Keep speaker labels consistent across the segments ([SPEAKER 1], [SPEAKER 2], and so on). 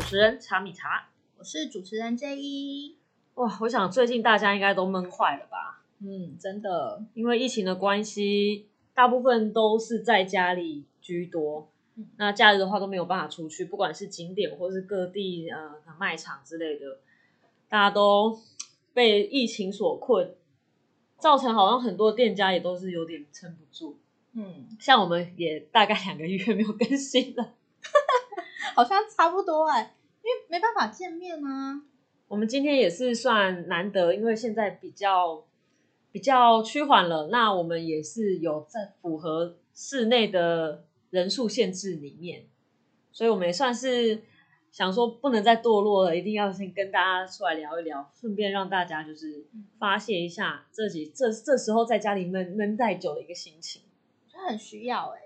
[SPEAKER 1] 持人查米查。
[SPEAKER 2] 我是主持人 J E 一。
[SPEAKER 1] 哇，我想最近大家应该都闷坏了吧？
[SPEAKER 2] 嗯，真的，
[SPEAKER 1] 因为疫情的关系，大部分都是在家里居多
[SPEAKER 2] 嗯。
[SPEAKER 1] 那假日的话都没有办法出去，不管是景点或是各地呃卖场之类的，大家都被疫情所困，造成好像很多店家也都是有点撑不住。
[SPEAKER 2] 嗯，
[SPEAKER 1] 像我们也大概两个月没有更新了。
[SPEAKER 2] 好像差不多哎、因为没办法见面啊。
[SPEAKER 1] 我们今天也是算难得，因为现在比较比较趋缓了，那我们也是有在符合室内的人数限制里面，所以我们也算是想说不能再堕落了，一定要先跟大家出来聊一聊，顺便让大家就是发泄一下这几这这时候在家里闷闷太久的一个心情。
[SPEAKER 2] 就很需要哎、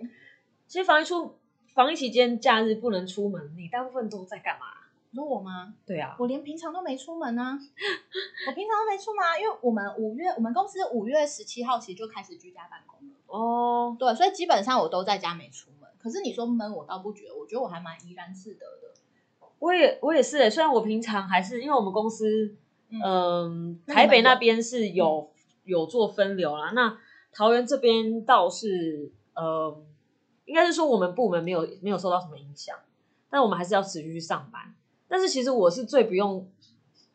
[SPEAKER 1] 其实防疫出防疫期间，假日不能出门，你大部分都在干嘛？
[SPEAKER 2] 你说我吗？
[SPEAKER 1] 对啊，
[SPEAKER 2] 我连平常都没出门啊，我平常都没出门啊，因为我们五月，我们公司五月十七号其实就开始居家办公了，
[SPEAKER 1] 哦，
[SPEAKER 2] 对，所以基本上我都在家没出门。可是你说闷，我倒不觉得，我觉得我还蛮怡然自得的。
[SPEAKER 1] 我也我也是欸，虽然我平常还是因为我们公司，嗯、
[SPEAKER 2] 嗯那你们嗯
[SPEAKER 1] 台北那
[SPEAKER 2] 有
[SPEAKER 1] 边是有、有做分流啦，那桃园这边倒是，呃，应该是说我们部门没有没有受到什么影响，但我们还是要持续去上班。但是其实我是最不用，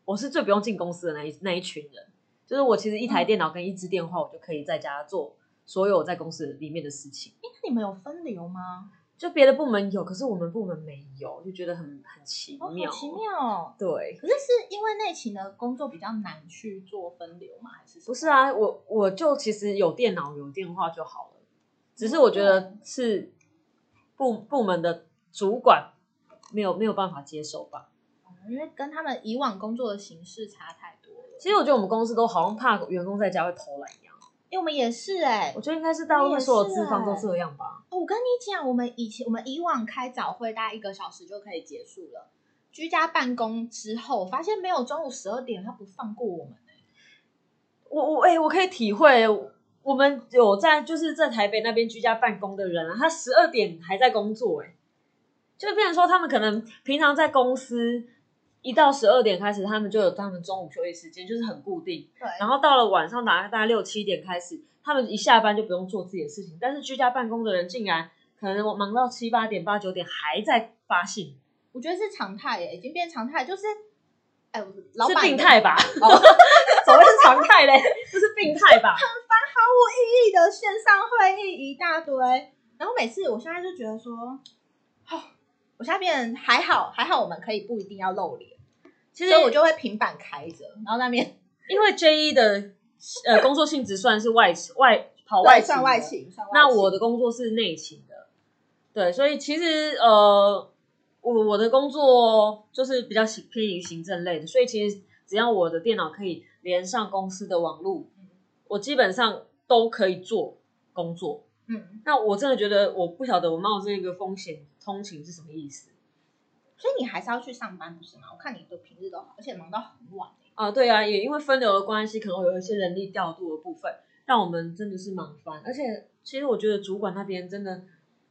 [SPEAKER 1] 我是最不用进公司的那一那一群人，就是我其实一台
[SPEAKER 2] 嗯
[SPEAKER 1] 电脑跟一支电话，我就可以在家做所有在公司里面的事情。
[SPEAKER 2] 哎，那你们有分流吗？
[SPEAKER 1] 就别的部门有，可是我们部门没有，就觉得很很奇
[SPEAKER 2] 哦，
[SPEAKER 1] 妙，
[SPEAKER 2] 好奇妙哦。
[SPEAKER 1] 对。
[SPEAKER 2] 可是是因为内勤的工作比较难去做分流吗？还是什么
[SPEAKER 1] 不是？啊，我我就其实有电脑有电话就好了，只是我觉
[SPEAKER 2] 哦
[SPEAKER 1] 得是部部门的主管没有没有办法接受吧。
[SPEAKER 2] 哦因为跟他们以往工作的形式差太多了。
[SPEAKER 1] 其实我觉得我们公司都好像怕员工在家会偷懒一样，
[SPEAKER 2] 哎，我们也是哎、
[SPEAKER 1] 我觉得应该是大部分所有资方
[SPEAKER 2] 也
[SPEAKER 1] 都
[SPEAKER 2] 是欸
[SPEAKER 1] 这样吧。
[SPEAKER 2] 哦我跟你讲，我们以前我们以往开早会大概一个小时就可以结束了，居家办公之后发现没有中午十二点，他不放过我们。欸
[SPEAKER 1] 我我哎、我可以体会，我们有在就是在台北那边居家办公的人啊，他十二点还在工作、欸，哎，就变成说他们可能平常在公司一到十二点开始，他们就有他们中午休息时间，就是很固定。
[SPEAKER 2] 对，
[SPEAKER 1] 然后到了晚上大概大概六七点开始，他们一下班就不用做自己的事情，但是居家办公的人竟然可能忙到七八点、八九点还在发信，
[SPEAKER 2] 我觉得是常态欸耶，已经变常态，就是，哎，我老
[SPEAKER 1] 是
[SPEAKER 2] 板
[SPEAKER 1] 病态吧？
[SPEAKER 2] 哦
[SPEAKER 1] 怎么会是常态嘞？ 这是病态 吧？
[SPEAKER 2] 意义的线上会议一大堆，然后每次我现在就觉得说，哦，我现在变成还好还好，我们可以不一定要露脸，
[SPEAKER 1] 其
[SPEAKER 2] 所
[SPEAKER 1] 实
[SPEAKER 2] 以我就会平板开着，然后那边
[SPEAKER 1] 因为 J 一的呃工作性质算是外勤外跑外
[SPEAKER 2] 算
[SPEAKER 1] 勤
[SPEAKER 2] 外
[SPEAKER 1] 的
[SPEAKER 2] 勤，算外
[SPEAKER 1] 那
[SPEAKER 2] 勤
[SPEAKER 1] 我的工作是内勤的，对，所以其实呃，我我的工作就是比较行偏于行政类的，所以其实只要我的电脑可以连上公司的网络
[SPEAKER 2] 嗯，
[SPEAKER 1] 我基本上都可以做工作。
[SPEAKER 2] 嗯，
[SPEAKER 1] 那我真的觉得我不晓得我冒这个风险通勤是什么意思
[SPEAKER 2] 所以你还是要去上班不是吗？我看你的平日都好，而且忙到很晚耶
[SPEAKER 1] 啊？对啊，也因为分流的关系，可能会有一些人力调度的部分，让我们真的是忙翻。而且其实我觉得主管那边真的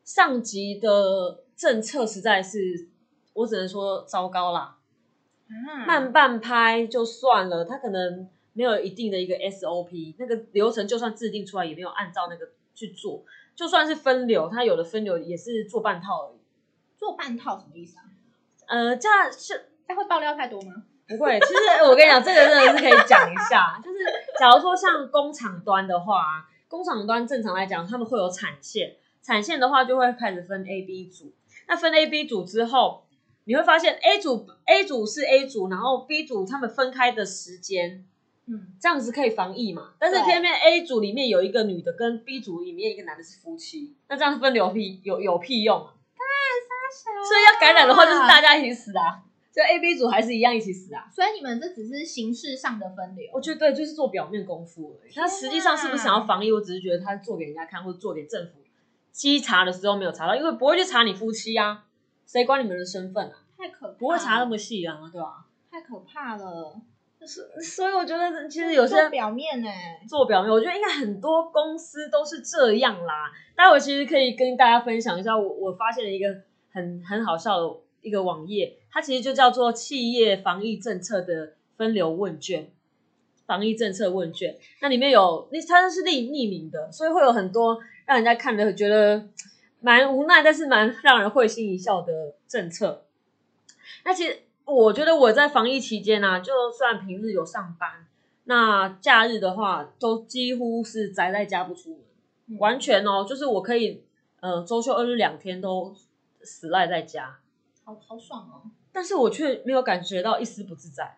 [SPEAKER 1] 上级的政策实在是，我只能说糟糕啦。
[SPEAKER 2] 啊
[SPEAKER 1] 慢半拍就算了，他可能没有一定的一个 SOP，那个流程就算制定出来，也没有按照那个去做。就算是分流，他有的分流也是做半套而已。
[SPEAKER 2] 做半套什么意思啊？
[SPEAKER 1] 呃，这样是
[SPEAKER 2] 他会爆料太多吗？
[SPEAKER 1] 不会，其实哎我跟你讲，这个真的是可以讲一下。就是假如说像工厂端的话啊，工厂端正常来讲，他们会有产线，产线的话就会开始分 A、B 组。那分 A、B 组之后，你会发现 A 组 A 组是 A 组，然后 B 组他们分开的时间，
[SPEAKER 2] 嗯，
[SPEAKER 1] 这样子可以防疫嘛？但是
[SPEAKER 2] 对
[SPEAKER 1] 偏偏 A 组里面有一个女的，跟 B 组里面一个男的是夫妻，那这样分流屁有有屁用啊？所以要感染的话，就是大家一起死啊！就 A、B 组还是一样一起死啊！
[SPEAKER 2] 所以你们这只是形式上的分流。
[SPEAKER 1] 我觉得对，就是做表面功夫而已。他实际上是不是想要防疫，我只是觉得他做给人家看，或者做给政府稽查的时候没有查到，因为不会去查你夫妻啊，谁管你们的身份啊？
[SPEAKER 2] 太可怕了
[SPEAKER 1] 不会查那么细啊，对吧、
[SPEAKER 2] 太可怕了。
[SPEAKER 1] 所以我觉得其实有些
[SPEAKER 2] 做表面欸嗯呢、
[SPEAKER 1] 做表面，我觉得应该很多公司都是这样啦。待会其实可以跟大家分享一下我，我发现了一个很很好笑的一个网页，它其实就叫做企业防疫政策的分流问卷。防疫政策问卷，那里面有那它是匿匿名的，所以会有很多让人家看了觉得蛮无奈，但是蛮让人会心一笑的政策。那其实我觉得我在防疫期间呢、啊，就算平日有上班，那假日的话都几乎是宅在家不出门。完全哦，就是我可以，呃，周休二日两天都死赖在家，
[SPEAKER 2] 好好爽哦。
[SPEAKER 1] 但是我却没有感觉到一丝不自在。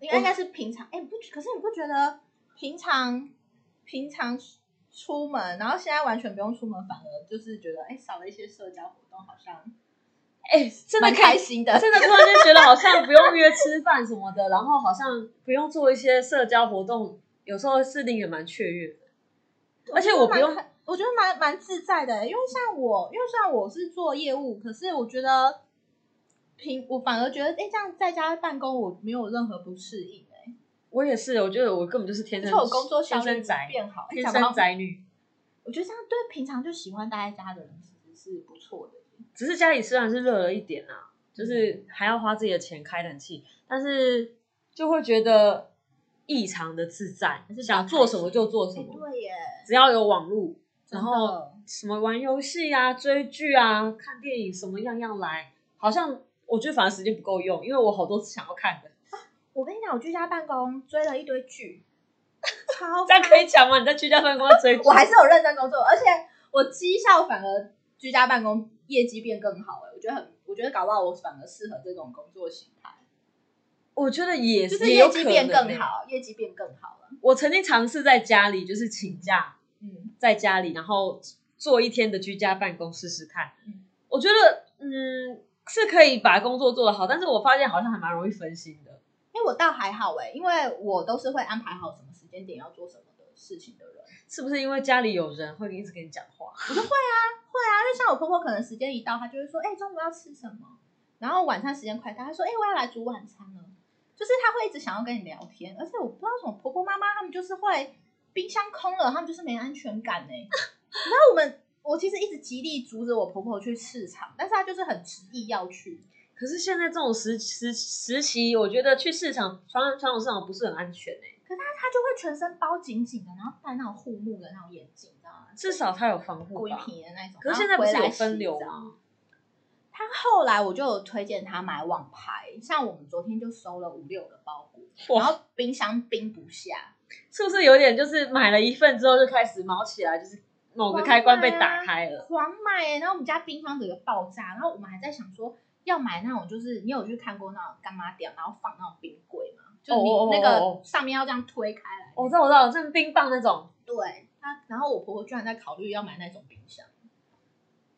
[SPEAKER 2] 应该应该是平常，哎、你不可是你不觉得平常平常出门，然后现在完全不用出门，反而就是觉得哎、少了一些社交活动，好像
[SPEAKER 1] 哎，真的
[SPEAKER 2] 蛮
[SPEAKER 1] 开
[SPEAKER 2] 开
[SPEAKER 1] 心，
[SPEAKER 2] 心的。
[SPEAKER 1] 真的突然间觉得好像不用约吃饭什么的，然后好像不用做一些社交活动，有时候是令人蛮雀跃的。而且我不用，
[SPEAKER 2] 蛮，我觉得蛮蛮自在的，欸因为像我，因为虽然我是做业务，可是我觉得平，我反而觉得哎、这样在家办公我没有任何不适应哎、
[SPEAKER 1] 我也是，我觉得我根本就是天
[SPEAKER 2] 而
[SPEAKER 1] 生
[SPEAKER 2] 且我工作效
[SPEAKER 1] 天
[SPEAKER 2] 率
[SPEAKER 1] 生宅，
[SPEAKER 2] 变好，
[SPEAKER 1] 天
[SPEAKER 2] 讲不到
[SPEAKER 1] 生宅女。
[SPEAKER 2] 我觉得这样对平常就喜欢待在家的人其实是不错的。
[SPEAKER 1] 只是家里虽然是热了一点啊，就是还要花自己的钱开冷气，但是就会觉得异常的自在，
[SPEAKER 2] 还是比较
[SPEAKER 1] 想做什么就做什
[SPEAKER 2] 哎，
[SPEAKER 1] 么，
[SPEAKER 2] 对耶，
[SPEAKER 1] 只要有网络，然
[SPEAKER 2] 真
[SPEAKER 1] 后
[SPEAKER 2] 的
[SPEAKER 1] 什么玩游戏啊、追剧啊、看电影，什么样样来，好像我觉得反而时间不够用，因为我好多想要看的，
[SPEAKER 2] 我跟你讲，我居家办公追了一堆剧，超
[SPEAKER 1] 这样可以讲吗？你在居家办公追剧，
[SPEAKER 2] 我还是有认真工作，而且我绩效反而居家办公业绩变更好哎、我觉得很，我觉得搞不好我反而适合这种工作形态，
[SPEAKER 1] 我觉得也
[SPEAKER 2] 就是是
[SPEAKER 1] 也有
[SPEAKER 2] 业
[SPEAKER 1] 可
[SPEAKER 2] 绩
[SPEAKER 1] 能
[SPEAKER 2] 变更
[SPEAKER 1] 欸。
[SPEAKER 2] 好，业绩变更好了。
[SPEAKER 1] 我曾经尝试在家里就是请假，
[SPEAKER 2] 嗯，
[SPEAKER 1] 在家里，然后做一天的居家办公试试看。
[SPEAKER 2] 嗯
[SPEAKER 1] 我觉得，嗯，是可以把工作做得好，但是我发现好像还蛮容易分心的。
[SPEAKER 2] 哎、我倒还好哎、因为我都是会安排好什么时间点要做什么的事情的人。
[SPEAKER 1] 是不是因为家里有人会一直跟你讲话？
[SPEAKER 2] 会啊，因为像我婆婆可能时间一到，她就会说，哎、中午要吃什么？然后晚餐时间快到，她说，哎、我要来煮晚餐了。就是她会一直想要跟你聊天，而且我不知道为什么婆婆妈妈她们就是会冰箱空了，她们就是没安全感呢、然后我们，我其实一直极力阻止我婆婆去市场，但是她就是很执意要去。
[SPEAKER 1] 可是现在这种时时时期，我觉得去市场传传统市场不是很安全哎、
[SPEAKER 2] 她就会全身包紧紧的，然后戴那种护目的那种眼镜，你知啊道吗？
[SPEAKER 1] 至少它有防护
[SPEAKER 2] 龟
[SPEAKER 1] 吧。
[SPEAKER 2] 皮的那种。
[SPEAKER 1] 可是现
[SPEAKER 2] 然
[SPEAKER 1] 在不
[SPEAKER 2] 后回
[SPEAKER 1] 是有
[SPEAKER 2] 来
[SPEAKER 1] 分
[SPEAKER 2] 洗
[SPEAKER 1] 流
[SPEAKER 2] 澡
[SPEAKER 1] 吗？
[SPEAKER 2] 他后来我就有推荐他买网拍，像我们昨天就收了五六个包裹，然
[SPEAKER 1] 哇，
[SPEAKER 2] 后冰箱冰不下，
[SPEAKER 1] 是不是有点就是买了一份之后就开始毛起来，就是某个哦开关被打开了？
[SPEAKER 2] 狂买欸、然后我们家冰箱整个爆炸，然后我们还在想说要买那种，就是你有去看过那种干妈店，然后放那种冰柜嘛，就
[SPEAKER 1] 哦哦哦
[SPEAKER 2] 你那
[SPEAKER 1] 哦
[SPEAKER 2] 个上面要这样推开来。
[SPEAKER 1] 我知道，我知道，像冰棒那种，
[SPEAKER 2] 对，他然后我婆婆居然在考虑要买那种冰箱，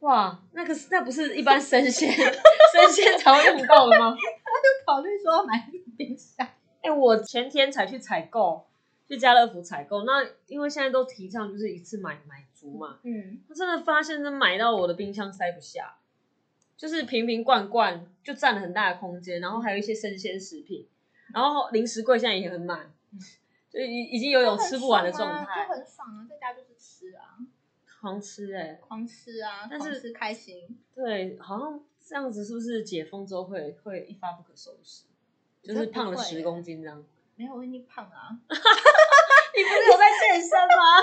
[SPEAKER 1] 哇，那个是那不是一般生鲜 生鲜才会用到的吗？
[SPEAKER 2] 就考虑说要买那种冰箱。
[SPEAKER 1] 哎、我前天才去采购，去家乐福采购。那因为现在都提倡就是一次买买足嘛，
[SPEAKER 2] 嗯，
[SPEAKER 1] 我真的发现真买到我的冰箱塞不下，就是瓶瓶罐罐就占了很大的空间，然后还有一些生鲜食品，然后零食柜现在也很满
[SPEAKER 2] 嗯，
[SPEAKER 1] 就啊已已经有种吃不完的状态
[SPEAKER 2] 就，很爽啊，在家就是吃啊，
[SPEAKER 1] 狂吃哎、
[SPEAKER 2] 狂吃啊，
[SPEAKER 1] 但是
[SPEAKER 2] 狂吃开心。
[SPEAKER 1] 对，好像这样子是不是解封之后会会一发不可收拾？就是
[SPEAKER 2] 这不
[SPEAKER 1] 胖了
[SPEAKER 2] 会
[SPEAKER 1] 十
[SPEAKER 2] 欸
[SPEAKER 1] 公斤这样。
[SPEAKER 2] 没有，我已经胖了、啊。
[SPEAKER 1] 你不是有在健身吗？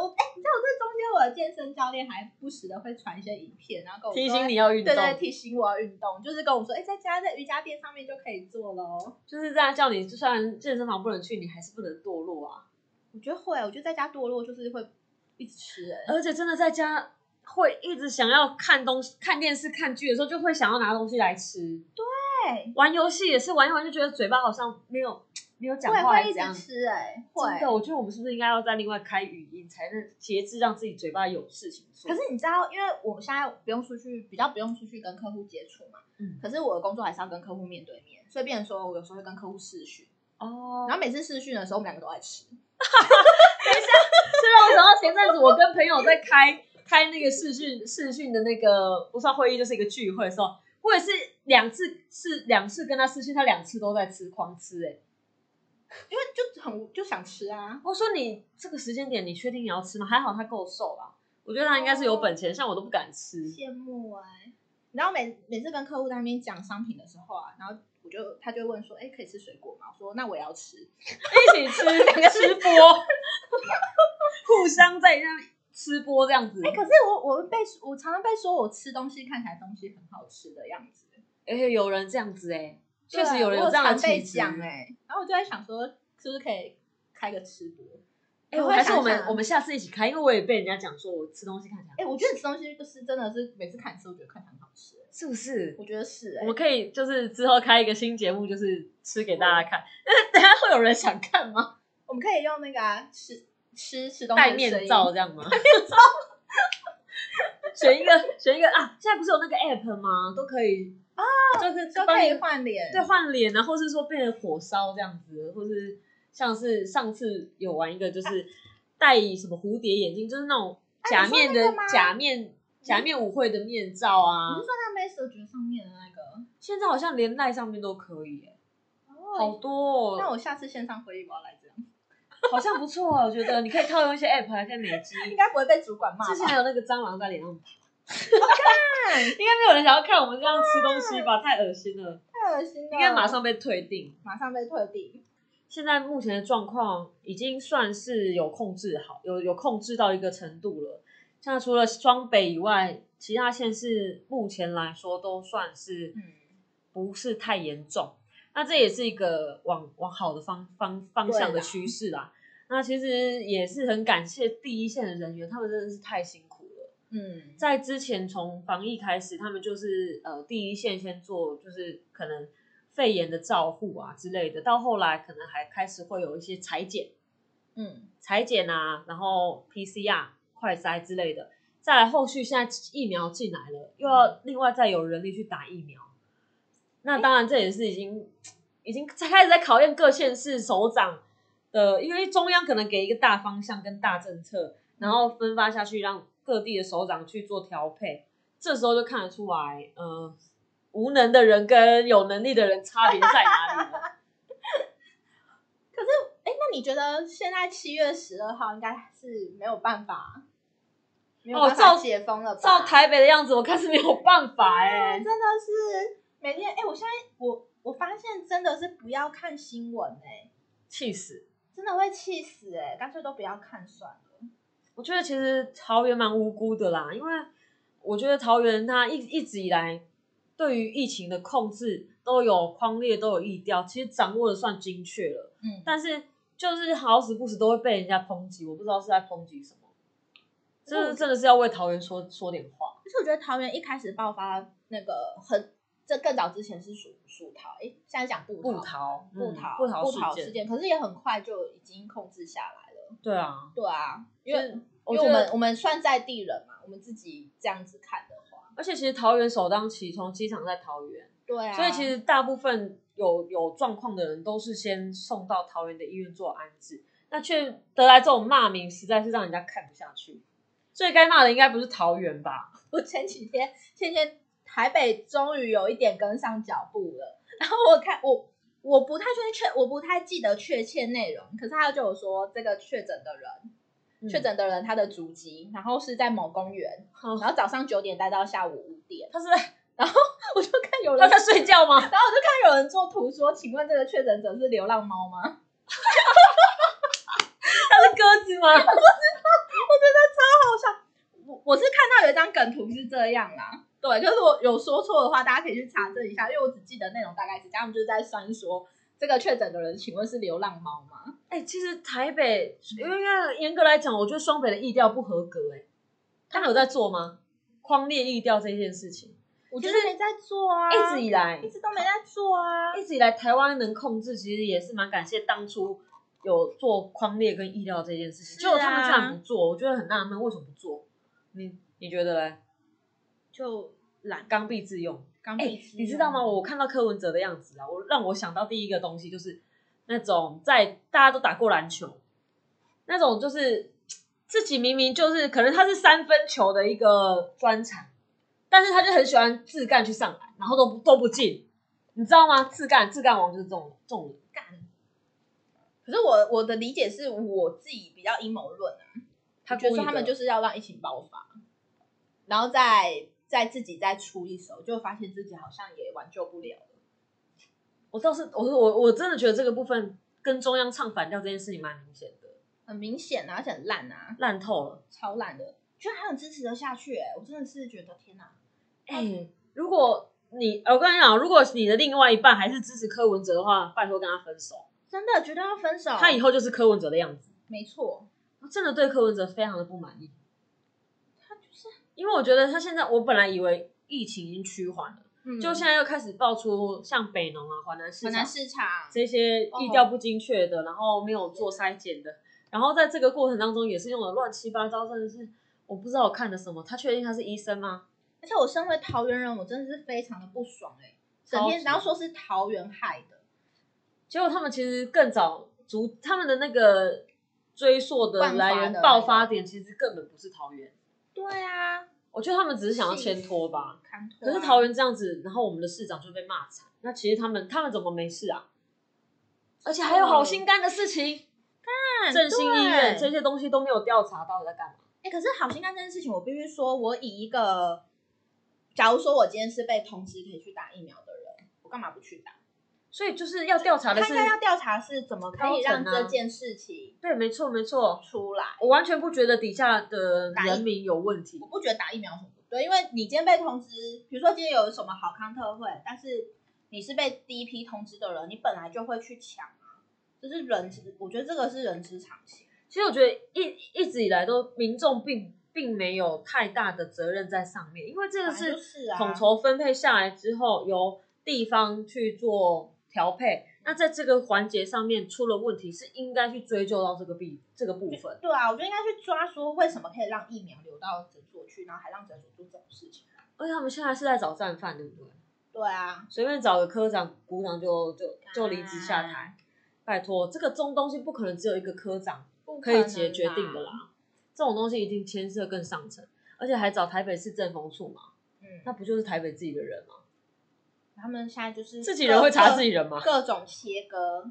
[SPEAKER 2] 我哎、你知道我在中间，我的健身教练还不时的会传一些影片，然后跟我说
[SPEAKER 1] 提醒你要运动，
[SPEAKER 2] 对对，提醒我要运动，就是跟我说，哎、在家在瑜伽垫上面就可以做喽。
[SPEAKER 1] 就是这样叫你，就算健身房不能去，你还是不能堕落啊！
[SPEAKER 2] 我觉得会，我觉得在家堕落就是会一直吃、哎，
[SPEAKER 1] 而且真的在家会一直想要看东西、看电视、看剧的时候，就会想要拿东西来吃。
[SPEAKER 2] 对，
[SPEAKER 1] 玩游戏也是玩一玩，就觉得嘴巴好像没有没有讲
[SPEAKER 2] 会
[SPEAKER 1] 话
[SPEAKER 2] 会
[SPEAKER 1] 这
[SPEAKER 2] 一
[SPEAKER 1] 样
[SPEAKER 2] 直。吃、哎，会
[SPEAKER 1] 真。的，我觉得我们是不是应该要再另外开语音，才能节制让自己嘴巴有事情做？
[SPEAKER 2] 可是你知道，因为我现在不用出去，比较不用出去跟客户接触嘛。
[SPEAKER 1] 嗯
[SPEAKER 2] 可是我的工作还是要跟客户面对面，所以变成说我有时候会跟客户视讯，
[SPEAKER 1] 哦，
[SPEAKER 2] 然后每次视讯的时候，我们两个都爱吃。
[SPEAKER 1] 这让我想到前阵子我跟朋友在开开那个视讯视讯的那个不算会议，就是一个聚会的时候，我也是两次是两次跟他视讯，他两次都在吃狂吃、欸。哎，
[SPEAKER 2] 因为就很无就想吃啊。
[SPEAKER 1] 我说你这个时间点你确定你要吃吗？还好他够瘦啦，我觉得他应该是有本钱，像我都不敢吃。
[SPEAKER 2] 羡慕哎、然后每每次跟客户在那边讲商品的时候啊，然后我就他就会问说，哎，可以吃水果吗？我说那我也要吃，
[SPEAKER 1] 一起吃吃播， 互相在那边吃播这样子。
[SPEAKER 2] 哎，可是我我被我常常被说我吃东西看起来东西很好吃的样子，
[SPEAKER 1] 而且哎有人这样子哎，
[SPEAKER 2] 对啊
[SPEAKER 1] 确实有人有这样
[SPEAKER 2] 我
[SPEAKER 1] 的
[SPEAKER 2] 常被
[SPEAKER 1] 气质
[SPEAKER 2] 讲哎，然后我就在想说，是不是可以开个吃播？
[SPEAKER 1] 哎，
[SPEAKER 2] 我会
[SPEAKER 1] 还是
[SPEAKER 2] 想
[SPEAKER 1] 我们
[SPEAKER 2] 想
[SPEAKER 1] 我们下次一起开，因为我也被人家讲说我吃东西看起来，
[SPEAKER 2] 哎，我觉得吃东西就是真的是每次看吃，我觉得看起来很好吃，
[SPEAKER 1] 是不是？
[SPEAKER 2] 我觉得是哎
[SPEAKER 1] 我们。可以就是之后开一个新节目，就是吃给大家看。 但是等一下会有人想看吗？
[SPEAKER 2] 我们可以用那个、啊、吃吃吃东西的
[SPEAKER 1] 戴
[SPEAKER 2] 声
[SPEAKER 1] 面
[SPEAKER 2] 音
[SPEAKER 1] 罩，这样吗？戴面罩， 选一个选一个啊！现在不是有那个 app 吗？都可以啊，就是
[SPEAKER 2] 都
[SPEAKER 1] 帮
[SPEAKER 2] 可
[SPEAKER 1] 你
[SPEAKER 2] 以换脸。
[SPEAKER 1] 对，换脸啊，或是说变成火烧这样子，或是像是上次有玩一个就是戴什么蝴蝶眼镜，就是那种假面的、
[SPEAKER 2] 啊你说那个吗嗯
[SPEAKER 1] 假面假面舞会的面罩啊
[SPEAKER 2] 你是。说他 Messenger 上面的那个？
[SPEAKER 1] 现在好像连赖上面都可以、欸，好
[SPEAKER 2] 哦，
[SPEAKER 1] 多、
[SPEAKER 2] 那
[SPEAKER 1] 哦，
[SPEAKER 2] 我下次线上会议我要来这样，
[SPEAKER 1] 好像不错、啊，我觉得你可以套用一些 app，还可以美肌。
[SPEAKER 2] 应该不会被主管骂
[SPEAKER 1] 之前
[SPEAKER 2] 吧？
[SPEAKER 1] 还有那个蟑螂在脸 上爬，应该没有人想要看我们这样吃东西吧？太恶心了，
[SPEAKER 2] 太恶心了，
[SPEAKER 1] 应该马上被退订。
[SPEAKER 2] 马上被退订。
[SPEAKER 1] 现在目前的状况已经算是有控制好，有有控制到一个程度了。像除了双北以外，其他县市目前来说都算是
[SPEAKER 2] 嗯
[SPEAKER 1] 不是太严重。那这也是一个往往好的方方方向的趋势啦。那其实也是很感谢第一线的人员，他们真的是太辛苦了。
[SPEAKER 2] 嗯，
[SPEAKER 1] 在之前从防疫开始，他们就是呃第一线先做，就是可能肺炎的照护啊之类的，到后来可能还开始会有一些裁剪、
[SPEAKER 2] 嗯，
[SPEAKER 1] 裁剪啊，然后 PCR 快筛之类的。再来后续现在疫苗进来了，又要另外再有人力去打疫苗，那当然这也是已经已经开始在考验各县市首长的，因为中央可能给一个大方向跟大政策，然后分发下去，让各地的首长去做调配。这时候就看得出来，呃，无能的人跟有能力的人差别在哪里了。
[SPEAKER 2] 哎，那你觉得现在七月十二号应该是没有办法，没有
[SPEAKER 1] 哦
[SPEAKER 2] 办法
[SPEAKER 1] 照
[SPEAKER 2] 解封了吧？
[SPEAKER 1] 照台北的样子，我看是没有办法哎、
[SPEAKER 2] 真的是每天哎、我现在我我发现真的是不要看新闻哎、
[SPEAKER 1] 气死！
[SPEAKER 2] 真的会气死哎、干脆都不要看算了。
[SPEAKER 1] 我觉得其实桃园蛮无辜的啦，因为我觉得桃园它一一直以来对于疫情的控制都有框列，都有意调，其实掌握的算精确了。
[SPEAKER 2] 嗯，
[SPEAKER 1] 但是就是好死不死都会被人家抨击，我不知道是在抨击什么。这真的是要为桃园说说点话。
[SPEAKER 2] 而且我觉得桃园一开始爆发那个很，这更早之前是属属桃，哎，现在讲布
[SPEAKER 1] 不
[SPEAKER 2] 桃，
[SPEAKER 1] 桃，
[SPEAKER 2] 布
[SPEAKER 1] 嗯
[SPEAKER 2] 桃，
[SPEAKER 1] 不桃
[SPEAKER 2] 布桃
[SPEAKER 1] 事
[SPEAKER 2] 事
[SPEAKER 1] 件，
[SPEAKER 2] 件，可是也很快就已经控制下来了。
[SPEAKER 1] 对啊，
[SPEAKER 2] 对啊，因
[SPEAKER 1] 就
[SPEAKER 2] 为
[SPEAKER 1] 是
[SPEAKER 2] 因
[SPEAKER 1] 我
[SPEAKER 2] 为
[SPEAKER 1] 觉
[SPEAKER 2] 我们
[SPEAKER 1] 得，
[SPEAKER 2] 我们算在地人嘛，我们自己这样子看的话，
[SPEAKER 1] 而且其实桃园首当其冲，机场在桃园。
[SPEAKER 2] 对啊，
[SPEAKER 1] 所以其实大部分有有状况的人都是先送到桃园的医院做安置，那却得来这种骂名，实在是让人家看不下去。最该骂的应该不是桃园吧？
[SPEAKER 2] 我前几天前几天台北终于有一点跟上脚步了，然后我看我我不太确确我不太记得确切内容，可是他就有说这个确诊的人、
[SPEAKER 1] 嗯
[SPEAKER 2] 确，诊的人他的足迹，然后是在某公园，然后早上九点待到下午五点，
[SPEAKER 1] 他是在
[SPEAKER 2] 我就看有
[SPEAKER 1] 他
[SPEAKER 2] 人，
[SPEAKER 1] 在睡觉吗？
[SPEAKER 2] 然后我就看有人做图说，请问这个确诊者是流浪猫吗？
[SPEAKER 1] 他是鸽子吗？
[SPEAKER 2] 我我是看到有一张梗图是这样啦，对，就是我有说错的话，大家可以去查证一下，因为我只记得内容大概是这样，他们就是在酸说这个确诊的人，请问是流浪猫吗？
[SPEAKER 1] 哎、其实台北，因为严格来讲，我觉得双北的意调不合格、哎，他们有在做吗？框列意调这件事情，
[SPEAKER 2] 我
[SPEAKER 1] 就
[SPEAKER 2] 觉
[SPEAKER 1] 是
[SPEAKER 2] 得没在做啊，
[SPEAKER 1] 一直以来
[SPEAKER 2] 一直都没在做啊，
[SPEAKER 1] 一直以来台湾能控制，其实也是蛮感谢当初有做框列跟意料这件事情。
[SPEAKER 2] 是
[SPEAKER 1] 结果他们居然
[SPEAKER 2] 啊
[SPEAKER 1] 不做，我觉得很纳闷，为什么不做？你你觉得嘞？
[SPEAKER 2] 就懒。
[SPEAKER 1] 刚愎自用。
[SPEAKER 2] 刚啊
[SPEAKER 1] 哎、
[SPEAKER 2] 愎自
[SPEAKER 1] 你
[SPEAKER 2] 用
[SPEAKER 1] 知道吗？？我看到柯文哲的样子啊，我让我想到第一个东西就是那种在大家都打过篮球，那种就是自己明明就是可能他是三分球的一个专长，但是他就很喜欢自干去上篮，然后都不都不进，你知道吗？自干自干王就是这种这种人。
[SPEAKER 2] 可是我我的理解是我自己比较阴谋论啊，
[SPEAKER 1] 他
[SPEAKER 2] 我觉得
[SPEAKER 1] 故意
[SPEAKER 2] 说他们
[SPEAKER 1] 的
[SPEAKER 2] 就是要让疫情爆发，然后再再自己再出一手，就发现自己好像也挽救不了了。
[SPEAKER 1] 我倒是，我我我真的觉得这个部分跟中央唱反调这件事情蛮明显的，
[SPEAKER 2] 很明显啊，而且很烂啊，
[SPEAKER 1] 烂透了。
[SPEAKER 2] 超烂的，居然还能支持得下去、欸，我真的是觉得天哪！
[SPEAKER 1] 哎、如果你，呃我跟你讲，如果你的另外一半还是支持柯文哲的话，拜托跟他分手，
[SPEAKER 2] 真的绝对要分手。
[SPEAKER 1] 他以后就是柯文哲的样子。
[SPEAKER 2] 没错，
[SPEAKER 1] 我真的对柯文哲非常的不满意，
[SPEAKER 2] 他就是
[SPEAKER 1] 因为我觉得他现在，我本来以为疫情已经趋缓了，
[SPEAKER 2] 嗯
[SPEAKER 1] 就现在又开始爆出像北农啊、华南市
[SPEAKER 2] 很
[SPEAKER 1] 场
[SPEAKER 2] 难市场，
[SPEAKER 1] 这些
[SPEAKER 2] 哦
[SPEAKER 1] 意调不精确的，然后没有做筛检的，然后在这个过程当中也是用的乱七八糟，真的是我不知道我看的什么。他确定他是医生吗？
[SPEAKER 2] 而且我身为桃园人，我真的是非常的不爽哎、整
[SPEAKER 1] 超
[SPEAKER 2] 天
[SPEAKER 1] 级
[SPEAKER 2] 然后说是桃园害的，
[SPEAKER 1] 结果他们其实更早足他们的那个追溯的
[SPEAKER 2] 万发的
[SPEAKER 1] 来源
[SPEAKER 2] 来源
[SPEAKER 1] 爆发点，其实根本不是桃园。
[SPEAKER 2] 对啊，
[SPEAKER 1] 我觉得他们只是想要牵拖吧。
[SPEAKER 2] 看拖啊
[SPEAKER 1] 可是桃园这样子，然后我们的市长就被骂惨。那其实他们他们怎么没事啊？而且还有好心肝的事情，
[SPEAKER 2] 看
[SPEAKER 1] 振兴医院
[SPEAKER 2] 对
[SPEAKER 1] 这些东西都没有调查到底在干嘛。
[SPEAKER 2] 哎、可是好心肝这件事情，我必须说，我以一个，假如说我今天是被通知可以去打疫苗的人，我干嘛不去打？
[SPEAKER 1] 所以就是要调查的
[SPEAKER 2] 他
[SPEAKER 1] 是
[SPEAKER 2] 应该要调查是怎么可以让
[SPEAKER 1] 高层啊
[SPEAKER 2] 这件事情
[SPEAKER 1] 对，没错没错，
[SPEAKER 2] 出来。
[SPEAKER 1] 我完全不觉得底下的
[SPEAKER 2] 打疫
[SPEAKER 1] 人民有问题
[SPEAKER 2] 我。不觉得打疫苗有什么不对，因为你今天被通知，比如说今天有什么好康特惠，但是你是被第一批通知的人，你本来就会去抢啊，这是人之，我觉得这个是人之常情。
[SPEAKER 1] 其实我觉得一一直以来都民众并并没有太大的责任在上面，因为这个
[SPEAKER 2] 本来
[SPEAKER 1] 是
[SPEAKER 2] 就是啊
[SPEAKER 1] 统筹分配下来之后，由地方去做调配。那在这个环节上面出了问题，是应该去追究到这个部这个部分。
[SPEAKER 2] 对啊，我就应该去抓说为什么可以让疫苗流到诊所去，然后还让诊所做这种事情。
[SPEAKER 1] 而且他们现在是在找战犯，对不对？
[SPEAKER 2] 对啊，
[SPEAKER 1] 随便找个科长、股长就就就离职下
[SPEAKER 2] 啊
[SPEAKER 1] 台，拜托，这个中东西不可能只有一个科长
[SPEAKER 2] 不啊
[SPEAKER 1] 可以解决定的。啦。这种东西一定牵涉更上层，而且还找台北市政风处嘛，那
[SPEAKER 2] 嗯，
[SPEAKER 1] 不就是台北自己的人吗？
[SPEAKER 2] 他们现在就是
[SPEAKER 1] 自己人会查自己人吗？
[SPEAKER 2] 各种切割，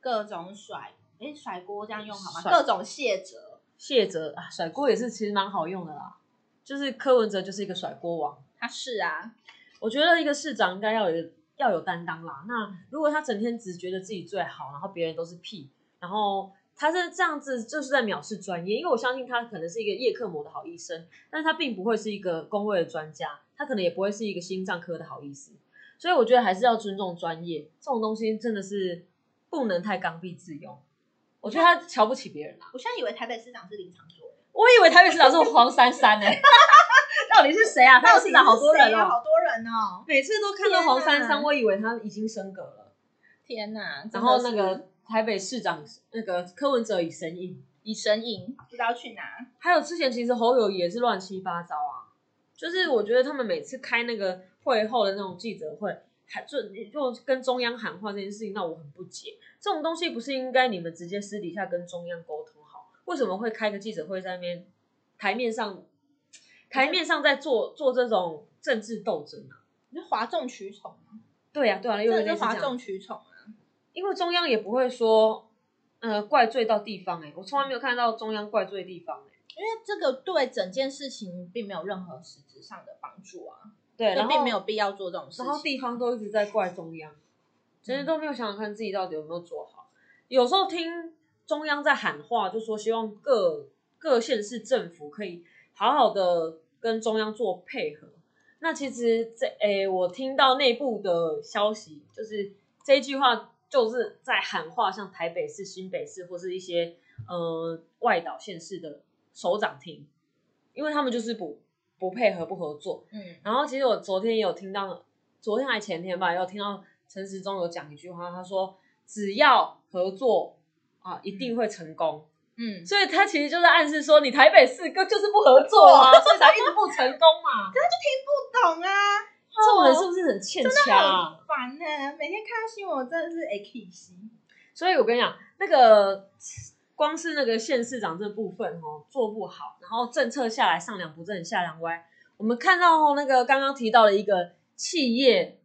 [SPEAKER 2] 各种甩，哎，甩锅这样用好吗？
[SPEAKER 1] 甩
[SPEAKER 2] 各种卸责，
[SPEAKER 1] 谢哲啊，甩锅也是其实蛮好用的啦，就是柯文哲就是一个甩锅王。
[SPEAKER 2] 他是啊，
[SPEAKER 1] 我觉得一个市长应该要有要有担当啦。那如果他整天只觉得自己最好，然后别人都是屁，然后他是这样子，就是在藐视专业。因为我相信他可能是一个叶克膜的好医生，但是他并不会是一个工位的专家，他可能也不会是一个心脏科的好医师。所以我觉得还是要尊重专业，这种东西真的是不能太刚愎自用。我觉得他瞧不起别人啦、
[SPEAKER 2] 我现在以为台北市长是林长佐，
[SPEAKER 1] 我以为台北市长是黄珊珊呢、 到底是谁啊？台
[SPEAKER 2] 到
[SPEAKER 1] 北
[SPEAKER 2] 底
[SPEAKER 1] 市长好多人
[SPEAKER 2] 是谁啊
[SPEAKER 1] 哦、
[SPEAKER 2] 好多人哦！
[SPEAKER 1] 每次都看到黄珊
[SPEAKER 2] 天
[SPEAKER 1] 珊，
[SPEAKER 2] 啊
[SPEAKER 1] 我以为她已经升格了。
[SPEAKER 2] 天哪，
[SPEAKER 1] 然后那个台北市长那个柯文哲以神隐，
[SPEAKER 2] 以神隐，不知道去哪，
[SPEAKER 1] 还有之前其实侯友宜也是乱七八糟啊。就是我觉得他们每次开那个会后的那种记者会，还就就跟中央喊话这件事情，让我很不解。这种东西不是应该你们直接私底下跟中央沟通好？为什么会开个记者会在那边台面上台面上在做做这种政治斗争啊？
[SPEAKER 2] 你是哗众取宠吗？
[SPEAKER 1] 对啊，对啊，又
[SPEAKER 2] 真
[SPEAKER 1] 是类
[SPEAKER 2] 的就
[SPEAKER 1] 似这
[SPEAKER 2] 哗
[SPEAKER 1] 样
[SPEAKER 2] 众取宠啊！
[SPEAKER 1] 因为中央也不会说，呃，怪罪到地方哎、我从来没有看到中央怪罪地方哎、
[SPEAKER 2] 因为这个对整件事情并没有任何实质上的帮助啊，
[SPEAKER 1] 对，然
[SPEAKER 2] 就
[SPEAKER 1] 后
[SPEAKER 2] 并没有，必要做这种事
[SPEAKER 1] 然后
[SPEAKER 2] 情。
[SPEAKER 1] 地方都一直在怪中央，其实都没有想想看自己到底有没有做好。有时候听中央在喊话，就说希望各各县市政府可以好好的跟中央做配合。那其实这诶、我听到内部的消息，就是这一句话就是在喊话，像台北市、新北市或是一些呃外岛县市的首长听，因为他们就是不不配合、不合作。
[SPEAKER 2] 嗯，
[SPEAKER 1] 然后其实我昨天也有听到，昨天还前天吧，也有听到陈时中有讲一句话，他说只要合作啊，一定会成功。
[SPEAKER 2] 嗯，
[SPEAKER 1] 所以他其实就是暗示说，你台北市根就是不合作啊，所以才一直不成功 嘛。
[SPEAKER 2] 不懂啊，
[SPEAKER 1] 这种人是不是很欠掐、啊？
[SPEAKER 2] 很烦呢、每天看新闻我真的是哎 A K 心。
[SPEAKER 1] 所以我跟你讲，那个光是那个县市长这部分哦，做不好，然后政策下来上梁不正下梁歪。我们看到哦，那个刚刚提到了一个企业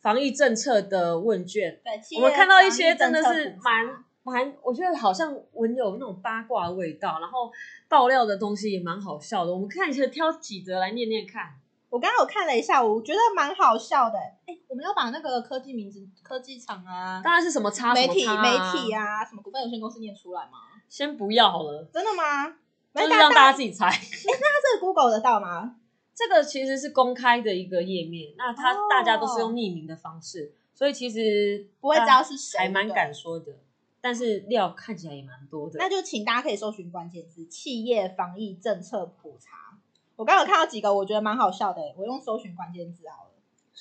[SPEAKER 1] 防疫政策的问卷，
[SPEAKER 2] 对，企业
[SPEAKER 1] 我们看到一些真的
[SPEAKER 2] 防疫
[SPEAKER 1] 是
[SPEAKER 2] 政策普查
[SPEAKER 1] 蛮蛮，我觉得好像闻有那种八卦的味道，然后爆料的东西也蛮好笑的。我们看一下，挑几则来念念看。
[SPEAKER 2] 我刚刚有看了一下，我觉得蛮好笑的。哎，我们要把那个科技名字、科技厂啊、
[SPEAKER 1] 当然是什么差什
[SPEAKER 2] 媒
[SPEAKER 1] 么
[SPEAKER 2] 体、
[SPEAKER 1] 差啊
[SPEAKER 2] 媒体啊、什么股份有限公司念出来吗？
[SPEAKER 1] 先不要好了，
[SPEAKER 2] 真的吗？
[SPEAKER 1] 就
[SPEAKER 2] 那
[SPEAKER 1] 是
[SPEAKER 2] 大
[SPEAKER 1] 让
[SPEAKER 2] 家
[SPEAKER 1] 大家自己猜。
[SPEAKER 2] 他这个 Google 得到吗？
[SPEAKER 1] 这个其实是公开的一个页面，那它
[SPEAKER 2] 哦
[SPEAKER 1] 大家都是用匿名的方式，所以其实
[SPEAKER 2] 不会知道是谁，
[SPEAKER 1] 啊还蛮
[SPEAKER 2] 对不对
[SPEAKER 1] 敢说的。但是料看起来也蛮多的
[SPEAKER 2] 那，就请大家可以搜寻关键字“企业防疫政策普查”。我刚刚有看到几个，我觉得蛮好笑的，我用搜寻关键字好了，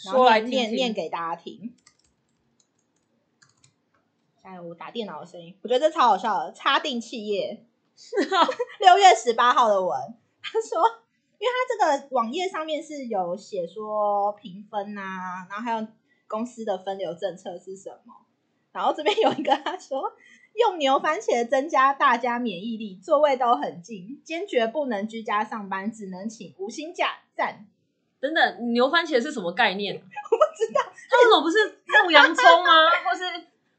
[SPEAKER 2] 然后
[SPEAKER 1] 说来
[SPEAKER 2] 念
[SPEAKER 1] 听
[SPEAKER 2] 念念
[SPEAKER 1] 听。
[SPEAKER 2] 给大家听。加油！我打电脑的声音，我觉得这超好笑的。插定企业，六月十八号的文，他说，因为他这个网页上面是有写说评分啊，然后还有公司的分流政策是什么，然后这边有一个他说。用牛番茄增加大家免疫力，座位都很近，坚决不能居家上班，只能请无薪假，赞！
[SPEAKER 1] 等等，牛番茄是什么概念？我不知道，它那种不是种洋葱 吗？或是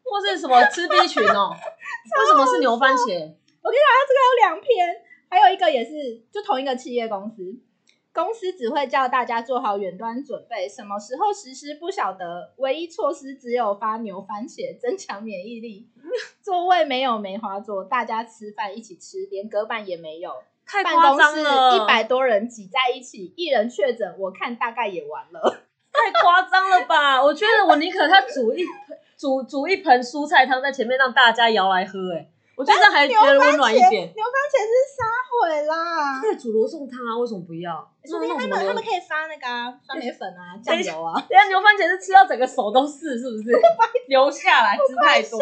[SPEAKER 1] 或是什么吃 B 群哦？为什么是牛番茄？
[SPEAKER 2] 还有两篇，还有一个也是就同一个企业公司，公司只会叫大家做好远端准备，什么时候实施不晓得，唯一措施只有发牛番茄增强免 疫力，座位没有梅花座，大家吃饭一起吃，连隔板也没有，
[SPEAKER 1] 太
[SPEAKER 2] 办
[SPEAKER 1] 夸
[SPEAKER 2] 公
[SPEAKER 1] 张
[SPEAKER 2] 室
[SPEAKER 1] 了，
[SPEAKER 2] 一百多人挤在一起，一人确诊，我看大概也完了。
[SPEAKER 1] 太夸张了吧？我觉得我宁可他煮一盆煮煮一盆蔬菜汤在前面让大家摇来喝、哎，我觉得这还觉得温暖一点。
[SPEAKER 2] 牛番茄是杀毁啦，
[SPEAKER 1] 可以煮罗宋汤啊，为什么不要？
[SPEAKER 2] 说不定
[SPEAKER 1] 那
[SPEAKER 2] 他
[SPEAKER 1] 种
[SPEAKER 2] 们他
[SPEAKER 1] 什么
[SPEAKER 2] 们可以发那个啊，
[SPEAKER 1] 哎
[SPEAKER 2] 酸梅粉啊，酱油啊。
[SPEAKER 1] 等一下牛番茄是吃到整个手都是，是不 是？流下来吃太多，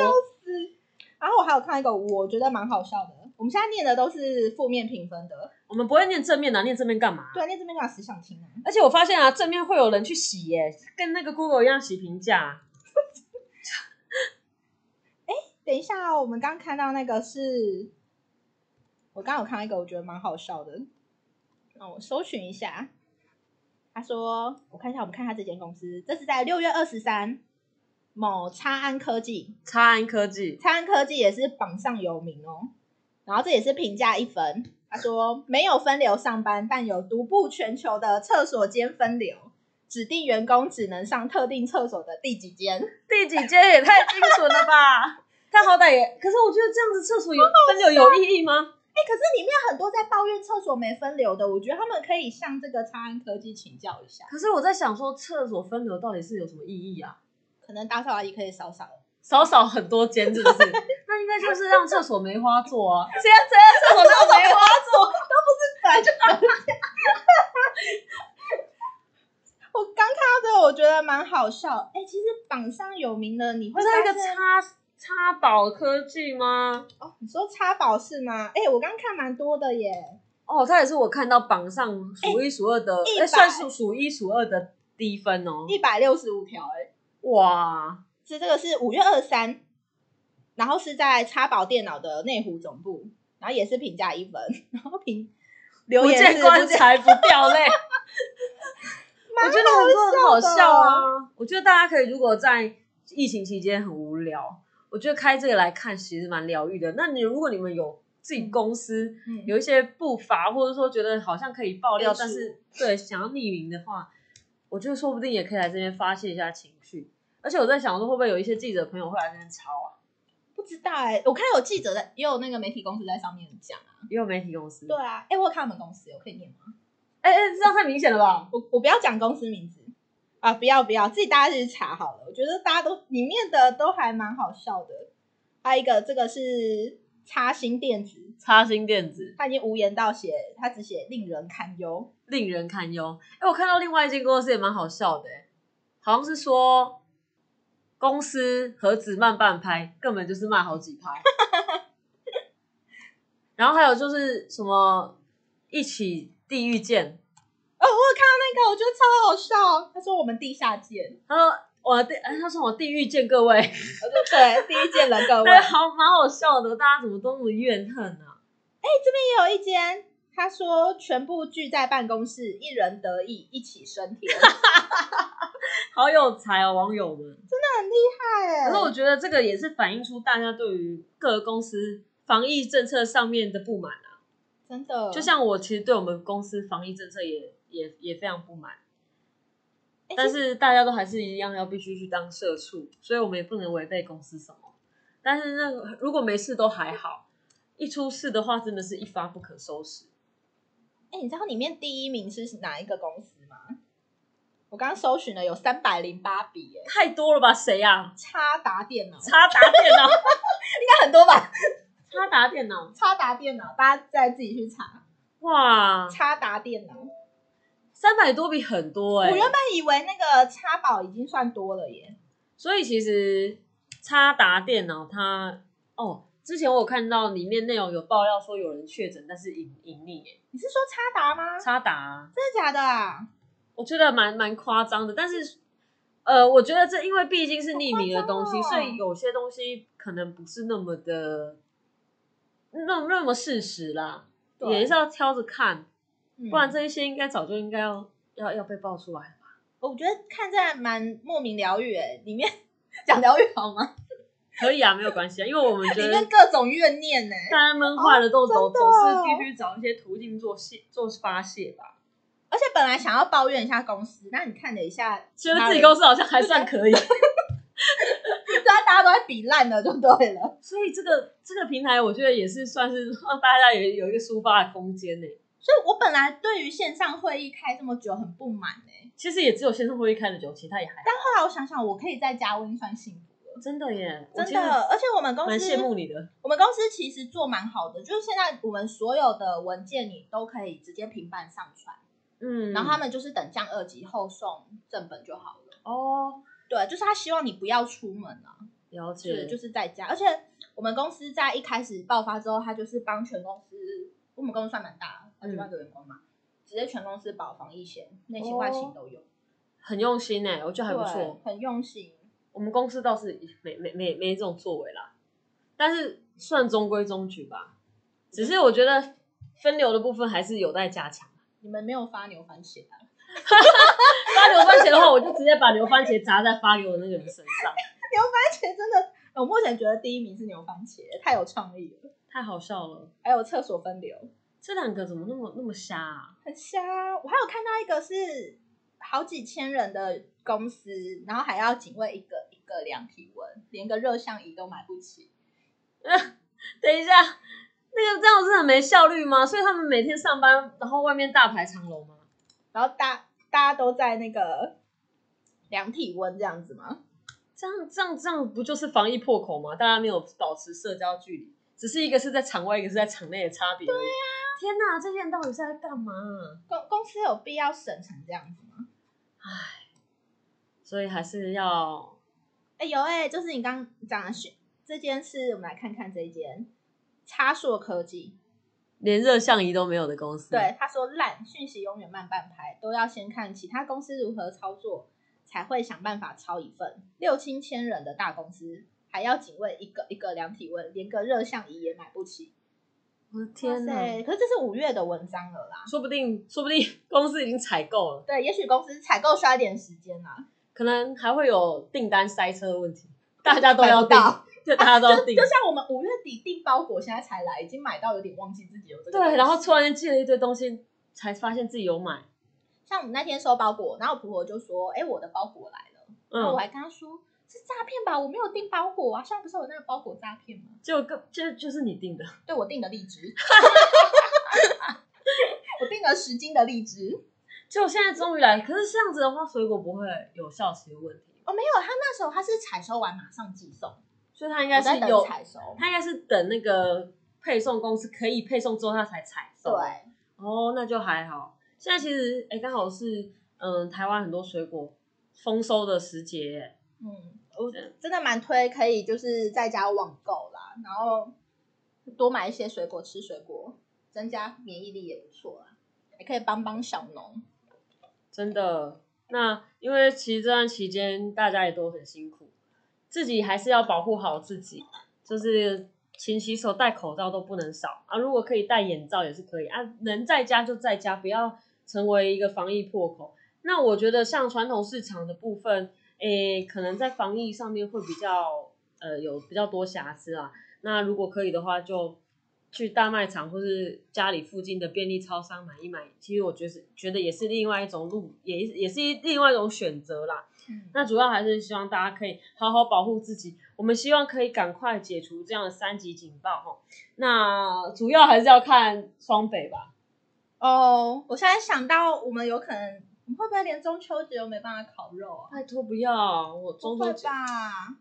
[SPEAKER 2] 然后我还有看一个，我觉得蛮好笑的。我们现在念的都是负面评分的，
[SPEAKER 1] 我们不会念正面的、啊，念正面干嘛？
[SPEAKER 2] 对，念这边讲谁想听啊？
[SPEAKER 1] 而且我发现啊，正面会有人去洗耶、跟那个 Google 一样洗评价。
[SPEAKER 2] 等一下、哦，我们刚看到那个是，我刚有看到一个，我觉得蛮好笑的。那我搜寻一下，他说，我看一下，我们看一下这间公司，这是在六月二十三，某差安科技，
[SPEAKER 1] 差安科技，
[SPEAKER 2] 灿安科技也是榜上有名哦。然后这也是评价一分，他说没有分流上班，但有独步全球的厕所间分流，指定员工只能上特定厕所的第几间。
[SPEAKER 1] 第几间也太精准了 吧？他好歹也，可是我觉得这样子厕所有分流有意义吗？
[SPEAKER 2] 哎，可是里面很多在抱怨厕所没分流的，我觉得他们可以向这个灿安科技请教一下，
[SPEAKER 1] 可是我在想说，厕所分流到底是有什么意义啊？
[SPEAKER 2] 可能打扫阿姨可以扫扫。
[SPEAKER 1] 少少很多间是不 是？那应该就是让厕所梅花座啊！现在谁 在厕所都有梅 花座？
[SPEAKER 2] 本来就打架。 我刚看到这个，我觉得蛮好笑。哎、其实榜上有名的，你
[SPEAKER 1] 不
[SPEAKER 2] 会
[SPEAKER 1] 是那
[SPEAKER 2] 发
[SPEAKER 1] 个
[SPEAKER 2] 现
[SPEAKER 1] 插插宝科技吗？
[SPEAKER 2] 哦，你说插宝是吗？哎、我刚看蛮多的耶。
[SPEAKER 1] 哦，它也是我看到榜上数一数二的，
[SPEAKER 2] 欸
[SPEAKER 1] 哎、
[SPEAKER 2] 100
[SPEAKER 1] 算是数一数二的低分哦。
[SPEAKER 2] 一百六十五条哎，
[SPEAKER 1] 哇，
[SPEAKER 2] 是这个是五月二三，然后是在插宝电脑的内湖总部，然后也是评价一分，然后评留
[SPEAKER 1] 不
[SPEAKER 2] 言
[SPEAKER 1] 见
[SPEAKER 2] 是
[SPEAKER 1] 棺
[SPEAKER 2] 不见
[SPEAKER 1] 材不掉 泪。我觉得很多很好
[SPEAKER 2] 蛮好笑的
[SPEAKER 1] 笑啊！我觉得大家可以，如果在疫情期间很无聊，我觉得开这个来看其实蛮疗愈的。那你如果你们有自己公司、
[SPEAKER 2] 嗯
[SPEAKER 1] 有一些不乏，或者说觉得好像可以爆料
[SPEAKER 2] 可，以
[SPEAKER 1] 但是对想要匿名的话，我觉得说不定也可以来这边发泄一下情绪。而且我在想说，会不会有一些记者朋友会来这边抄啊？
[SPEAKER 2] 不知道哎、我看有记者在，也有那个媒体公司在上面讲啊。
[SPEAKER 1] 也有媒体公司。
[SPEAKER 2] 对，啊，哎、我有看他们公司，我可以念吗？
[SPEAKER 1] 哎哎，这样太明显了吧？
[SPEAKER 2] 我我不要讲公司名字啊，不要不要，自己大家去查好了。我觉得大家都里面的都还蛮好笑的。还有一个，这个是插新电子，
[SPEAKER 1] 插新电子
[SPEAKER 2] 他已经无言到写，他只写令人堪忧。哦
[SPEAKER 1] 令人堪忧。哎，我看到另外一间公司也蛮好笑的，哎好像是说公司何止慢半拍，根本就是慢好几拍。然后还有就是什么一起地狱见，
[SPEAKER 2] 哦，我有看到那个，我觉得超好笑。他说我们地下见，
[SPEAKER 1] 他说我地，哎他说我地狱见各位，
[SPEAKER 2] 我就对第一见了各位。
[SPEAKER 1] 对，好蛮好笑的，大家怎么都那么怨恨啊？
[SPEAKER 2] 也有一间，他说全部聚在办公室，一人得意，一起升天，
[SPEAKER 1] 好有才哦，网友们。
[SPEAKER 2] 太欸
[SPEAKER 1] 可是我觉得这个也是反映出大家对于各个公司防疫政策上面的不满啊。
[SPEAKER 2] 真的
[SPEAKER 1] 就像我其实对我们公司防疫政策也也也非常不满。但是大家都还是一样要必须去当社畜，所以我们也不能违背公司什么。但是那个如果没事都还好，一出事的话真的是一发不可收拾。
[SPEAKER 2] 哎、你知道里面第一名是哪一个公司吗？我刚刚搜寻了，有三百零八笔，哎，
[SPEAKER 1] 太多了吧？谁呀、
[SPEAKER 2] 叉达电脑，应
[SPEAKER 1] 插达电脑，
[SPEAKER 2] 该很多吧？
[SPEAKER 1] 插达电脑，
[SPEAKER 2] 叉达电脑，大家再自己去查。
[SPEAKER 1] 哇，
[SPEAKER 2] 叉达电脑，
[SPEAKER 1] 三百多笔很多哎、
[SPEAKER 2] 我原本以为那个叉宝已经算多了耶。
[SPEAKER 1] 所以其实插达电脑它哦，之前我有看到里面内容有爆料说有人确诊，但是隐隐匿欸耶。
[SPEAKER 2] 你是说叉达吗？真
[SPEAKER 1] 插达，
[SPEAKER 2] 的假的啊？
[SPEAKER 1] 我觉得蛮蛮夸张的，但是。呃，我觉得这因为毕竟是匿名的东西，
[SPEAKER 2] 好夸张
[SPEAKER 1] 所
[SPEAKER 2] 哦
[SPEAKER 1] 以有些东西可能不是那么的，那那么事实啦，
[SPEAKER 2] 对
[SPEAKER 1] 也是要挑着看，
[SPEAKER 2] 嗯
[SPEAKER 1] 不然这一些应该早就应该要要要被爆出来。
[SPEAKER 2] 我觉得看这还蛮莫名疗愈诶，里面 讲疗愈好吗？
[SPEAKER 1] 可以啊，没有关系啊，因为我们觉 得
[SPEAKER 2] 里面各种怨念呢、欸
[SPEAKER 1] 大家闷坏了都总
[SPEAKER 2] 真的
[SPEAKER 1] 总
[SPEAKER 2] 哦
[SPEAKER 1] 是必须找一些途径做泄做发泄吧。
[SPEAKER 2] 而且本来想要抱怨一下公司，那你看了一下，
[SPEAKER 1] 其实自己公司好像还算可以，
[SPEAKER 2] 对啊，大家都在比烂了，就对了。
[SPEAKER 1] 所以这个这个平台我觉得也是算是让大家有有一个抒发的空间呢。
[SPEAKER 2] 所以我本来对于线上会议开这么久很不满哎、
[SPEAKER 1] 其实也只有线上会议开了久，其他也还好。
[SPEAKER 2] 后来我想想，我可以在家，我已经算幸福了。
[SPEAKER 1] 真的耶，我
[SPEAKER 2] 真
[SPEAKER 1] 其
[SPEAKER 2] 的呃
[SPEAKER 1] 实，
[SPEAKER 2] 而且我们公
[SPEAKER 1] 蛮羡慕
[SPEAKER 2] 司，
[SPEAKER 1] 你的。
[SPEAKER 2] 我们公司其实做蛮好的，就是现在我们所有的文件你都可以直接平板上传，
[SPEAKER 1] 嗯，
[SPEAKER 2] 然后他们就是等降二级后送正本就好了。
[SPEAKER 1] 哦，
[SPEAKER 2] 对，就是他希望你不要出门啊，
[SPEAKER 1] 了
[SPEAKER 2] 是
[SPEAKER 1] 解，
[SPEAKER 2] 就是在家。而且我们公司在一开始爆发之后，他就是帮全公司，我们公司算蛮大，二
[SPEAKER 1] 嗯
[SPEAKER 2] 十万个员工嘛，直接全公司保防疫险，内勤外勤都有，
[SPEAKER 1] 很用心哎，我觉哦得还不
[SPEAKER 2] 对
[SPEAKER 1] 错。，
[SPEAKER 2] 很用心。
[SPEAKER 1] 我们公司倒是没没没没这种作为啦，但是算中规中矩吧。只是我觉得分流的部分还是有待加强。
[SPEAKER 2] 你们没有发牛番茄啊？
[SPEAKER 1] 发流番茄的话，我就直接把流番茄砸在发流的那个人身上，
[SPEAKER 2] 番茄真的，我目前觉得第一名是牛番茄，太有创意了。
[SPEAKER 1] 太好笑了。
[SPEAKER 2] 还有厕所分流，
[SPEAKER 1] 这两个怎么那么那么瞎啊？
[SPEAKER 2] 很瞎。我还有看到一个是好几千人的公司，然后还要警卫一个一个量体温，连个热像仪都买不起。
[SPEAKER 1] 等一下，那个这样不是很没效率吗？所以他们每天上班，然后外面大排长龙吗？
[SPEAKER 2] 然后大大家都在那个量体温这样子吗？
[SPEAKER 1] 这样这样这样不就是防疫破口吗？大家没有保持社交距离，只是一个是在场外，一个是在场内的差别。对呀、天哪，这些人到底是在干嘛啊、
[SPEAKER 2] 公公司有必要省成这样子吗？
[SPEAKER 1] 所以还是要
[SPEAKER 2] 哎、有哎、就是你刚讲的选这间是，我们来看看这一间插硕科技，
[SPEAKER 1] 连热像仪都没有的公司。，
[SPEAKER 2] 对他说烂讯息永远慢半拍，都要先看其他公司如何操作，才会想办法抄一份。六七千人的大公司还要警卫一个一个量体温，连个热像仪也买不起。
[SPEAKER 1] 我的天
[SPEAKER 2] 哇
[SPEAKER 1] 哪！
[SPEAKER 2] 塞！可是这是五月的文章了啦。
[SPEAKER 1] 说不定，说不定公司已经采购了，
[SPEAKER 2] 对，也许公司采购需要一点时间啊啦。
[SPEAKER 1] 可能还会有订单塞车的问题，大家都要
[SPEAKER 2] 买不
[SPEAKER 1] 订
[SPEAKER 2] 到，啊
[SPEAKER 1] 就大家都要
[SPEAKER 2] 就
[SPEAKER 1] 订
[SPEAKER 2] 就。像我们五月底订包裹，现在才来，已经买到有点忘记自己有这个东西。
[SPEAKER 1] 对，然后突然间寄了一堆东西，才发现自己有买。
[SPEAKER 2] 像我们那天收包裹，然后我婆婆就说：“哎、我的包裹来了。”然后我
[SPEAKER 1] 嗯，
[SPEAKER 2] 还跟她说：“是诈骗吧？我没有订包裹啊！现在不是有那个包裹诈骗吗
[SPEAKER 1] 就跟就就是你订的，？”
[SPEAKER 2] 对，我订的荔 枝， 我订了十斤的 荔枝。
[SPEAKER 1] 就现在终于来。可是这样子的话，水果不会有效期的问题，
[SPEAKER 2] 哦，没有，他那时候他是采收完马上寄送，
[SPEAKER 1] 所以它应
[SPEAKER 2] 我
[SPEAKER 1] 该
[SPEAKER 2] 在
[SPEAKER 1] 是
[SPEAKER 2] 等
[SPEAKER 1] 有，
[SPEAKER 2] 采收。
[SPEAKER 1] 它应该是等那个配送公司可以配送之后，它才采
[SPEAKER 2] 对
[SPEAKER 1] 送。，哦，那就还好。现在其实，哎，刚好是嗯，台湾很多水果丰收的时节，
[SPEAKER 2] 嗯，我
[SPEAKER 1] 对
[SPEAKER 2] 真的蛮推可以就是在家网购啦，然后多买一些水果吃水果，增加免疫力也不错啦，还可以帮帮小农。
[SPEAKER 1] 真的。那因为其实这段期间大家也都很辛苦，自己还是要保护好自己，就是勤洗手、戴口罩都不能少啊。如果可以戴眼罩也是可以啊，能在家就在家，不要成为一个防疫破口。那我觉得像传统市场的部分，诶，可能在防疫上面会比较呃有比较多瑕疵啊。那如果可以的话就，去大卖场或是家里附近的便利超商买一买，其实我觉得是觉得也是另外一种路，也也是一另外一种选择啦。
[SPEAKER 2] 嗯
[SPEAKER 1] 那主要还是希望大家可以好好保护自己。我们希望可以赶快解除这样的三级警报哈。那主要还是要看双北吧。
[SPEAKER 2] 哦，我现在想到我们有可能，我们会不会连中秋节都没办法烤肉啊？
[SPEAKER 1] 拜托不要，我中
[SPEAKER 2] 不
[SPEAKER 1] 秋
[SPEAKER 2] 会
[SPEAKER 1] 节
[SPEAKER 2] 吧？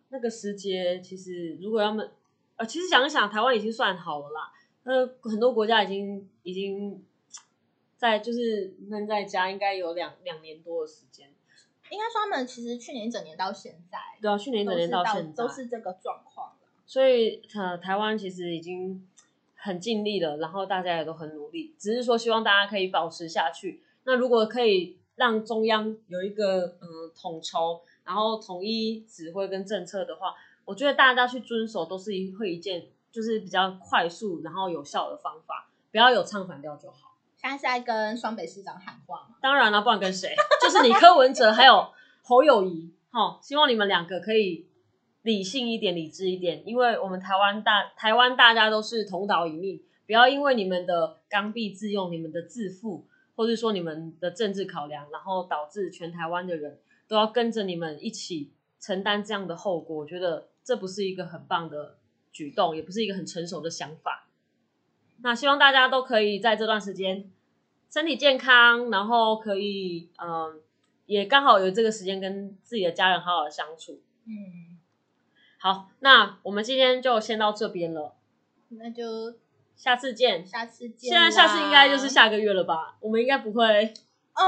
[SPEAKER 1] 那个时节，其实如果他们呃，其实想一想，台湾已经算好了啦。呃，很多国家已经已经在就是闷在家，应该有两两年多的时间。
[SPEAKER 2] 应该说他们其实去年一整年到现在，
[SPEAKER 1] 对啊，去年一
[SPEAKER 2] 都
[SPEAKER 1] 整
[SPEAKER 2] 是
[SPEAKER 1] 年
[SPEAKER 2] 到
[SPEAKER 1] 现在
[SPEAKER 2] 都是这个状况了。
[SPEAKER 1] 所以呃，台湾其实已经很尽力了，然后大家也都很努力，只是说希望大家可以保持下去。那如果可以让中央有一个嗯、呃统筹，然后统一指挥跟政策的话，我觉得大家去遵守都是一会一件就是比较快速然后有效的方法，不要有唱反调就好。
[SPEAKER 2] 现在是在跟双北市长喊话嘛？
[SPEAKER 1] 当然了、不然跟谁？ 就是你柯文哲还有侯友谊，哈，希望你们两个可以理性一点、理智一点，因为我们台湾大台湾大家都是同岛一命，不要因为你们的刚愎自用、你们的自负，或是说你们的政治考量，然后导致全台湾的人都要跟着你们一起承担这样的后果。我觉得这不是一个很棒的举动，也不是一个很成熟的想法。那希望大家都可以在这段时间身体健康，然后可以嗯、也刚好有这个时间跟自己的家人好好的相处。
[SPEAKER 2] 嗯，
[SPEAKER 1] 好，那我们今天就先到这边了，
[SPEAKER 2] 嗯那就
[SPEAKER 1] 下次见。
[SPEAKER 2] 下次见
[SPEAKER 1] 现
[SPEAKER 2] 啦。
[SPEAKER 1] 在下次应该就是下个月了吧？我们应该不会。
[SPEAKER 2] 嗯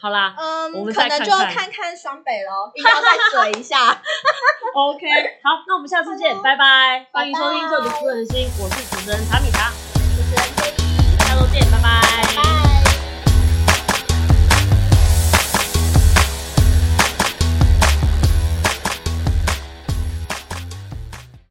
[SPEAKER 1] 好啦
[SPEAKER 2] 嗯，
[SPEAKER 1] 我们
[SPEAKER 2] 可
[SPEAKER 1] 再
[SPEAKER 2] 能
[SPEAKER 1] 看
[SPEAKER 2] 就
[SPEAKER 1] 看
[SPEAKER 2] 看看双北喽，一定要再嘴一下。
[SPEAKER 1] ，OK，好，那我们下次见，
[SPEAKER 2] 哦好咯
[SPEAKER 1] 拜拜。欢迎收听《
[SPEAKER 2] 拜
[SPEAKER 1] 这
[SPEAKER 2] 拜
[SPEAKER 1] 读书人心》，我是主持人查米查。